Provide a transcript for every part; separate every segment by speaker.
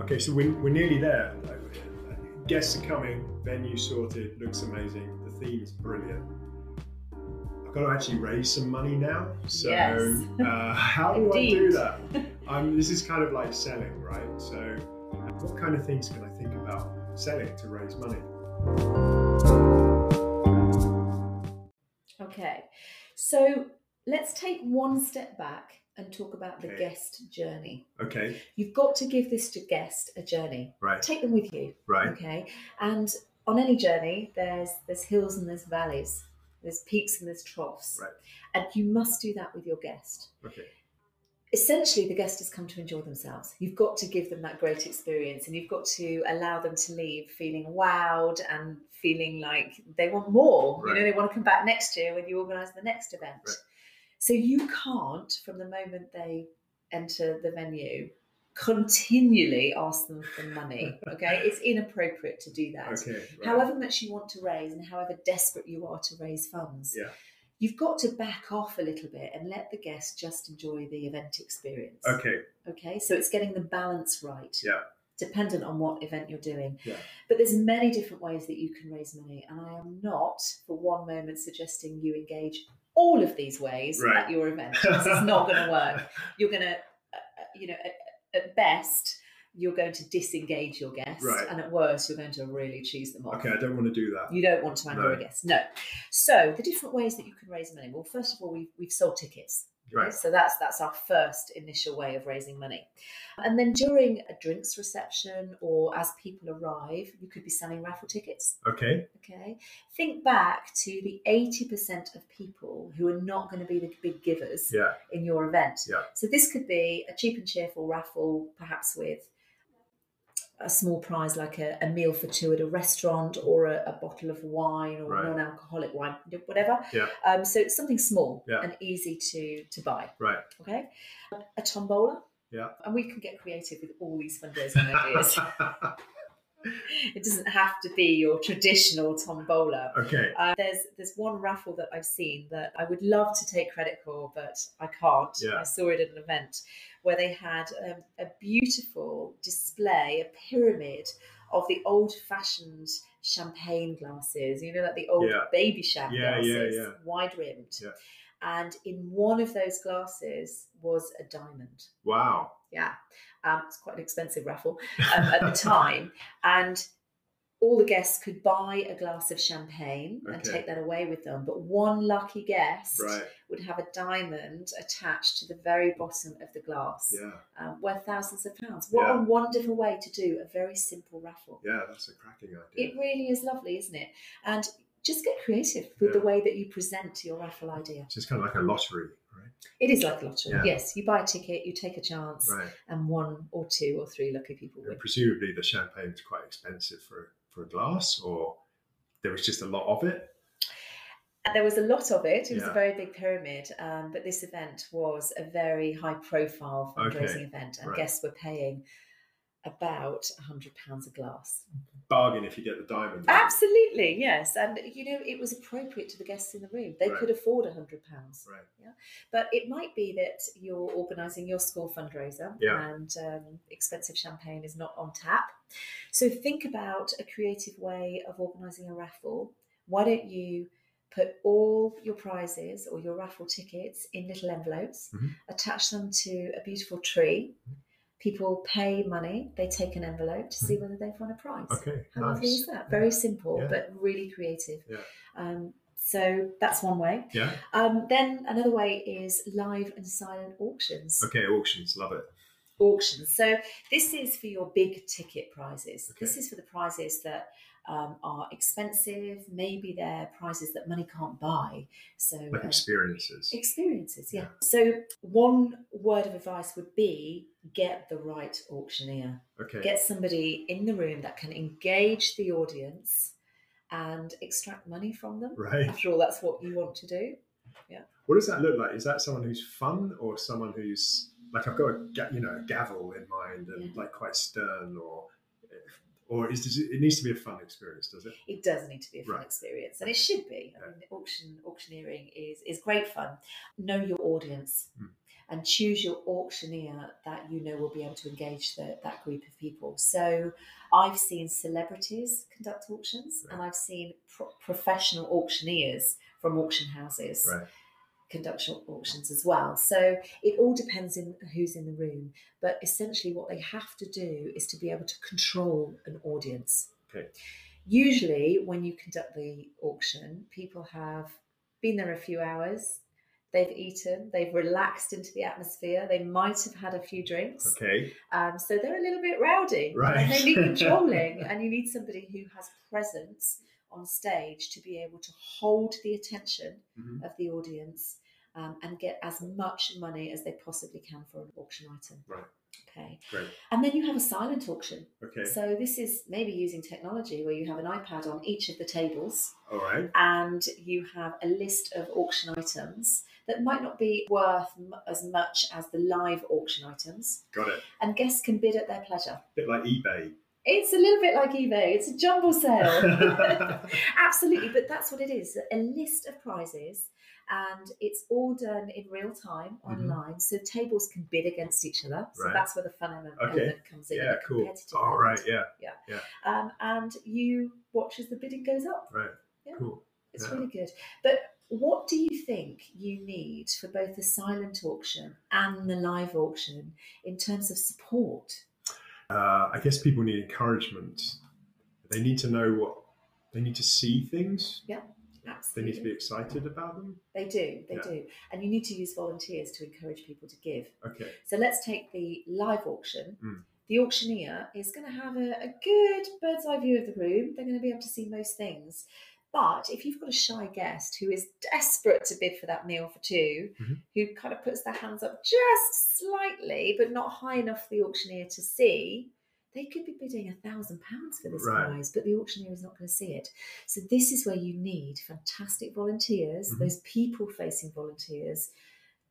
Speaker 1: Okay, so we're, we're nearly there. Guests are coming, venue sorted, looks amazing, the theme is brilliant. I've got to actually raise some money now. So,
Speaker 2: Yes.
Speaker 1: uh, how do I do
Speaker 2: Indeed.
Speaker 1: that? Um, this is kind of like selling, right? So, what kind of things can I think about selling to raise money?
Speaker 2: Okay. So let's take one step back and talk about the
Speaker 1: Okay.
Speaker 2: guest journey.
Speaker 1: Okay,
Speaker 2: You've got to give this to guest a journey.
Speaker 1: right,
Speaker 2: Take them with you.
Speaker 1: right,
Speaker 2: Okay. And on any journey, there's there's hills and there's valleys, there's peaks and there's troughs.
Speaker 1: Right.
Speaker 2: And you must do that with your guest.
Speaker 1: okay,
Speaker 2: Essentially, the guest has come to enjoy themselves. You've got to give them that great experience and you've got to allow them to leave feeling wowed and feeling like they want more. You
Speaker 1: Right.
Speaker 2: know, they want to come back next year when you organise the next event.
Speaker 1: Right.
Speaker 2: So you can't, from the moment they enter the venue, continually ask them for money. Okay, it's inappropriate to do that.
Speaker 1: okay. right.
Speaker 2: However much you want to raise and however desperate you are to raise funds,
Speaker 1: Yeah.
Speaker 2: you've got to back off a little bit and let the guest just enjoy the event experience.
Speaker 1: Okay,
Speaker 2: Okay, so it's getting the balance right.
Speaker 1: Yeah.
Speaker 2: Dependent on what event you're doing.
Speaker 1: Yeah.
Speaker 2: But there's many different ways that you can raise money, and I am not for one moment suggesting you engage all of these ways
Speaker 1: Right.
Speaker 2: at your event. this is not going to work. You're going to, you know, at, at best, you're going to disengage your guest,
Speaker 1: Right.
Speaker 2: and at worst, you're going to really cheese them off.
Speaker 1: okay, I don't want to do that.
Speaker 2: You don't want to anger
Speaker 1: No.
Speaker 2: a guest. No. So the different ways that you can raise money. Well, first of all, we've, we've sold tickets.
Speaker 1: Right,
Speaker 2: So that's that's our first initial way of raising money. And then during a drinks reception or as people arrive, you could be selling raffle tickets.
Speaker 1: okay,
Speaker 2: Okay. Think back to the 80% of people who are not going to be the big givers
Speaker 1: yeah,
Speaker 2: in your event.
Speaker 1: Yeah.
Speaker 2: So this could be a cheap and cheerful raffle, perhaps with a small prize like a, a meal for two at a restaurant or a, a bottle of wine or
Speaker 1: Right.
Speaker 2: non-alcoholic wine, whatever.
Speaker 1: Yeah.
Speaker 2: Um, so it's something small
Speaker 1: Yeah.
Speaker 2: and easy to to buy.
Speaker 1: right.
Speaker 2: Okay. A tombola.
Speaker 1: Yeah.
Speaker 2: And we can get creative with all these fundraising ideas. It doesn't have to be your traditional tombola.
Speaker 1: okay,
Speaker 2: Uh, there's there's one raffle that I've seen that I would love to take credit for, but I can't.
Speaker 1: Yeah.
Speaker 2: I saw it at an event where they had um, a beautiful display, a pyramid of the old-fashioned champagne glasses. You know, like the old
Speaker 1: Yeah.
Speaker 2: baby champagne
Speaker 1: Yeah,
Speaker 2: glasses,
Speaker 1: yeah, yeah.
Speaker 2: wide rimmed.
Speaker 1: Yeah.
Speaker 2: And in one of those glasses was a diamond.
Speaker 1: wow.
Speaker 2: Yeah, um, it's quite an expensive raffle um, at the time, and all the guests could buy a glass of champagne and
Speaker 1: Okay.
Speaker 2: take that away with them. But one lucky guest
Speaker 1: Right,
Speaker 2: would have a diamond attached to the very bottom of the glass,
Speaker 1: yeah,
Speaker 2: um, worth thousands of pounds. What
Speaker 1: Yeah.
Speaker 2: a wonderful way to do a very simple raffle!
Speaker 1: yeah, that's a cracking idea.
Speaker 2: It really is lovely, isn't it? And just get creative with
Speaker 1: Yeah.
Speaker 2: the way that you present your raffle idea.
Speaker 1: So it's kind of like a lottery, right?
Speaker 2: It is like a lottery.
Speaker 1: Yeah.
Speaker 2: Yes, you buy a ticket, you take a chance,
Speaker 1: Right.
Speaker 2: and one or two or three lucky people win.
Speaker 1: And presumably the champagne's quite expensive for for a glass, or there was just a lot of it.
Speaker 2: And there was a lot of it. It was
Speaker 1: Yeah.
Speaker 2: a very big pyramid, um, but this event was a very high profile
Speaker 1: Okay,
Speaker 2: fundraising event, and
Speaker 1: right.
Speaker 2: guests were paying about £100 a glass.
Speaker 1: Bargain if you get the diamond. right?
Speaker 2: Absolutely, yes. And, you know, it was appropriate to the guests in the room. They
Speaker 1: Right.
Speaker 2: could afford £100.
Speaker 1: Right.
Speaker 2: But it might be that you're organising your school fundraiser
Speaker 1: Yeah.
Speaker 2: and um, expensive champagne is not on tap. So think about a creative way of organising a raffle. Why don't you put all your prizes or your raffle tickets in little envelopes,
Speaker 1: Mhm.
Speaker 2: attach them to a beautiful tree? People pay money, they take an envelope to see whether they've won a prize.
Speaker 1: Mm-hmm. Okay.
Speaker 2: How lovely
Speaker 1: nice.
Speaker 2: is that? Very simple,
Speaker 1: Yeah.
Speaker 2: but really creative.
Speaker 1: Yeah.
Speaker 2: Um, so that's one way.
Speaker 1: Yeah.
Speaker 2: Um, then another way is live and silent auctions.
Speaker 1: Okay. Auctions, love it.
Speaker 2: Auctions. So this is for your big ticket prizes. This
Speaker 1: Okay.
Speaker 2: is for the prizes that um, are expensive. Maybe they're prizes that money can't buy. So
Speaker 1: Like
Speaker 2: uh,
Speaker 1: experiences.
Speaker 2: experiences. Yeah.
Speaker 1: Yeah.
Speaker 2: So one word of advice would be get the right auctioneer.
Speaker 1: Okay.
Speaker 2: Get somebody in the room that can engage the audience and extract money from them.
Speaker 1: right.
Speaker 2: After all, that's what you want to do.
Speaker 1: What does that look like? Is that someone who's fun or someone who's like I've got a ga- you know a gavel in mind and
Speaker 2: Yeah.
Speaker 1: like quite stern or Or is does it, it needs to be a fun experience, does it?
Speaker 2: it does need to be a fun
Speaker 1: Right.
Speaker 2: experience, and it should be. I mean, auction auctioneering is is great fun. Know your audience,
Speaker 1: Mm.
Speaker 2: and choose your auctioneer that you know will be able to engage the, that group of people. So, I've seen celebrities conduct auctions, and I've seen pro- professional auctioneers from auction houses
Speaker 1: Right.
Speaker 2: conduct au- auctions as well. So it all depends in who's in the room, but essentially what they have to do is to be able to control an audience.
Speaker 1: Okay.
Speaker 2: Usually when you conduct the auction, people have been there a few hours, they've eaten, they've relaxed into the atmosphere, they might have had a few drinks.
Speaker 1: Okay.
Speaker 2: Um, so they're a little bit rowdy.
Speaker 1: Right.
Speaker 2: And they need controlling, and you need somebody who has presence on stage to be able to hold the attention
Speaker 1: Mhm.
Speaker 2: of the audience um, and get as much money as they possibly can for an auction item.
Speaker 1: Right.
Speaker 2: Okay.
Speaker 1: Great.
Speaker 2: And then you have a silent auction.
Speaker 1: Okay.
Speaker 2: So this is maybe using technology where you have an iPad on each of the tables
Speaker 1: All right.
Speaker 2: and you have a list of auction items that might not be worth m- as much as the live auction items
Speaker 1: Got it.
Speaker 2: and guests can bid at their pleasure.
Speaker 1: bit like eBay.
Speaker 2: It's a little bit like eBay, it's a jumble sale. Absolutely, but that's what it is a list of prizes, and it's all done in real time
Speaker 1: Mhm.
Speaker 2: online. So tables can bid against each other. So
Speaker 1: Right.
Speaker 2: that's where the fun element,
Speaker 1: Okay.
Speaker 2: element comes in. and
Speaker 1: yeah.
Speaker 2: the
Speaker 1: Cool.
Speaker 2: competitive
Speaker 1: All right.
Speaker 2: element.
Speaker 1: Yeah.
Speaker 2: Um, and you watch as the bidding goes up.
Speaker 1: Right.
Speaker 2: Yeah.
Speaker 1: Cool.
Speaker 2: It's
Speaker 1: Yeah.
Speaker 2: really good. But what do you think you need for both the silent auction and the live auction in terms of support?
Speaker 1: Uh, I guess people need encouragement. They need to know what they need to see things. They
Speaker 2: Absolutely.
Speaker 1: need to be excited about them.
Speaker 2: They do, they
Speaker 1: Yeah.
Speaker 2: do. And you need to use volunteers to encourage people to give.
Speaker 1: Okay.
Speaker 2: So let's take the live auction.
Speaker 1: Mm.
Speaker 2: The auctioneer is going to have a, a good bird's eye view of the room. They're going to be able to see most things. But if you've got a shy guest who is desperate to bid for that meal for 2
Speaker 1: Mhm.
Speaker 2: who kind of puts their hands up just slightly, but not high enough for the auctioneer to see, they could be bidding a thousand pounds for this
Speaker 1: Right.
Speaker 2: prize, but the auctioneer is not going to see it. So this is where you need fantastic volunteers,
Speaker 1: Mhm.
Speaker 2: those people-facing volunteers,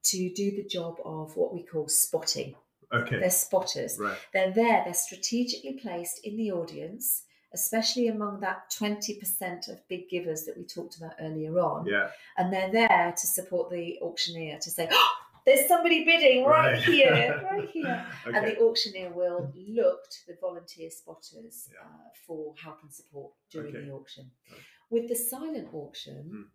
Speaker 2: to do the job of what we call spotting.
Speaker 1: Okay.
Speaker 2: They're spotters.
Speaker 1: Right.
Speaker 2: They're there, they're strategically placed in the audience, especially among that 20% of big givers that we talked about earlier on.
Speaker 1: Yeah.
Speaker 2: And they're there to support the auctioneer to say, oh, there's somebody bidding right, here, right here.
Speaker 1: Okay.
Speaker 2: And the auctioneer will look to the volunteer spotters
Speaker 1: Yeah.
Speaker 2: uh, for help and support during
Speaker 1: Okay.
Speaker 2: the auction.
Speaker 1: Got it. Hmm.
Speaker 2: With the silent auction,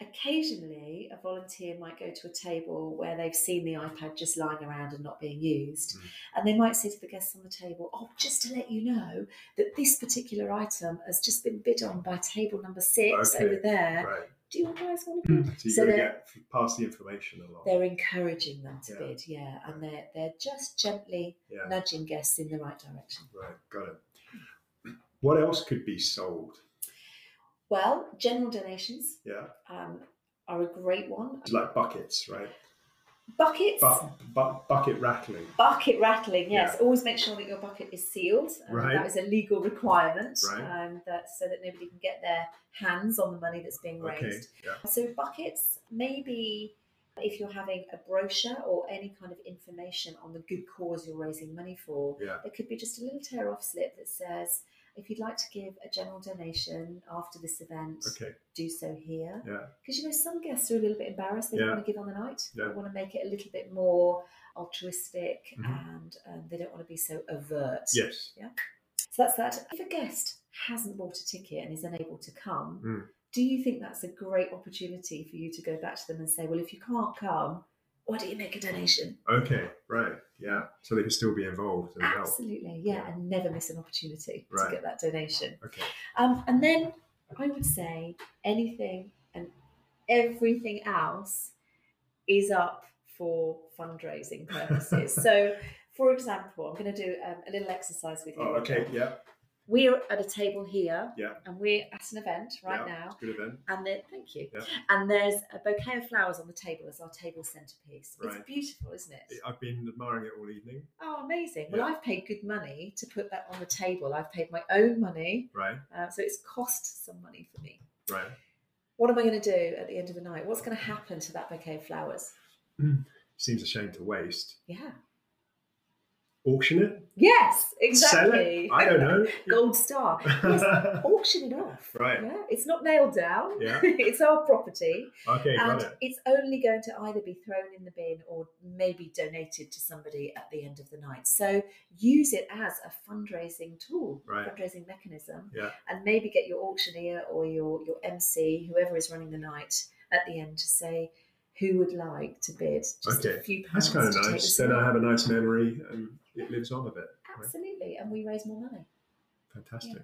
Speaker 2: occasionally a volunteer might go to a table where they've seen the iPad just lying around and not being used.
Speaker 1: Mm.
Speaker 2: And they might say to the guests on the table, Oh, just to let you know that this particular item has just been bid on by table number six
Speaker 1: Oh, Okay,
Speaker 2: over there.
Speaker 1: Right. Hmm.
Speaker 2: Do you guys want to bid?
Speaker 1: So you've
Speaker 2: So
Speaker 1: got to
Speaker 2: they're-
Speaker 1: get pass the information along.
Speaker 2: They're encouraging them to
Speaker 1: Yeah.
Speaker 2: bid, yeah, and they're they're just gently
Speaker 1: yeah.
Speaker 2: nudging guests in the right direction.
Speaker 1: Right. Got it. What else could be sold?
Speaker 2: Well, general donations
Speaker 1: Yeah.
Speaker 2: um, are a great one.
Speaker 1: It's like buckets, right?
Speaker 2: Buckets,
Speaker 1: Bu- bu- bucket rattling.
Speaker 2: Bucket rattling, yes. Always make sure that your bucket is sealed. Um,
Speaker 1: Right.
Speaker 2: That is a legal requirement,
Speaker 1: Right.
Speaker 2: um, that, so that nobody can get their hands on the money that's being raised.
Speaker 1: Okay. Yeah.
Speaker 2: So buckets, maybe if you're having a brochure or any kind of information on the good cause you're raising money for,
Speaker 1: Yeah.
Speaker 2: there could be just a little tear-off slip that says, if you'd like to give a general donation after this event,
Speaker 1: Okay.
Speaker 2: do so here.
Speaker 1: Yeah.
Speaker 2: Because you know, some guests are a little bit embarrassed. They
Speaker 1: Yeah.
Speaker 2: don't want to give on the night.
Speaker 1: Yeah.
Speaker 2: They want to make it a little bit more altruistic,
Speaker 1: Mhm.
Speaker 2: and um, they don't want to be so overt.
Speaker 1: Yes.
Speaker 2: So that's that. If a guest hasn't bought a ticket and is unable to come,
Speaker 1: Mm.
Speaker 2: do you think that's a great opportunity for you to go back to them and say, "Well, if you can't come, why don't you make a donation?"
Speaker 1: Okay. Right. Yeah. So they can still be involved and help.
Speaker 2: Absolutely, yeah,
Speaker 1: Yeah.
Speaker 2: and never miss an opportunity
Speaker 1: Right.
Speaker 2: to get that donation.
Speaker 1: Okay.
Speaker 2: Um, and then I would say anything and everything else is up for fundraising purposes. so, for example, I'm going to do um, a little exercise with you.
Speaker 1: Oh,
Speaker 2: Roger.
Speaker 1: okay. Yeah.
Speaker 2: We're at a table here,
Speaker 1: Yeah.
Speaker 2: and we're at an event right
Speaker 1: yeah.
Speaker 2: now.
Speaker 1: It's a good event.
Speaker 2: And there, thank you.
Speaker 1: Yeah.
Speaker 2: And there's a bouquet of flowers on the table as our table centerpiece.
Speaker 1: Right.
Speaker 2: It's beautiful, isn't it?
Speaker 1: I've been admiring it all evening.
Speaker 2: Oh, amazing!
Speaker 1: Yeah.
Speaker 2: Well, I've paid good money to put that on the table. I've paid my own money,
Speaker 1: Right.
Speaker 2: uh, so it's cost some money for me.
Speaker 1: Right.
Speaker 2: what am I going to do at the end of the night? What's going to happen to that bouquet of flowers?
Speaker 1: Seems a shame to waste.
Speaker 2: Yeah.
Speaker 1: auction it,
Speaker 2: Yes,
Speaker 1: sell
Speaker 2: exactly.
Speaker 1: it. I don't know.
Speaker 2: Gold star. Yes, auction it off.
Speaker 1: Right.
Speaker 2: Yeah, it's not nailed down.
Speaker 1: Yeah.
Speaker 2: it's our property,
Speaker 1: okay,
Speaker 2: and
Speaker 1: got it.
Speaker 2: it's only going to either be thrown in the bin or maybe donated to somebody at the end of the night. So use it as a fundraising tool,
Speaker 1: Right.
Speaker 2: fundraising mechanism,
Speaker 1: Yeah.
Speaker 2: and maybe get your auctioneer or your your MC, whoever is running the night, at the end to say. Who would like to bid just
Speaker 1: Okay.
Speaker 2: a few pounds?
Speaker 1: That's kind of
Speaker 2: to take
Speaker 1: nice.
Speaker 2: this
Speaker 1: Then
Speaker 2: away?
Speaker 1: I have a nice memory and it lives on a bit.
Speaker 2: Absolutely, and we raise more money.
Speaker 1: Fantastic.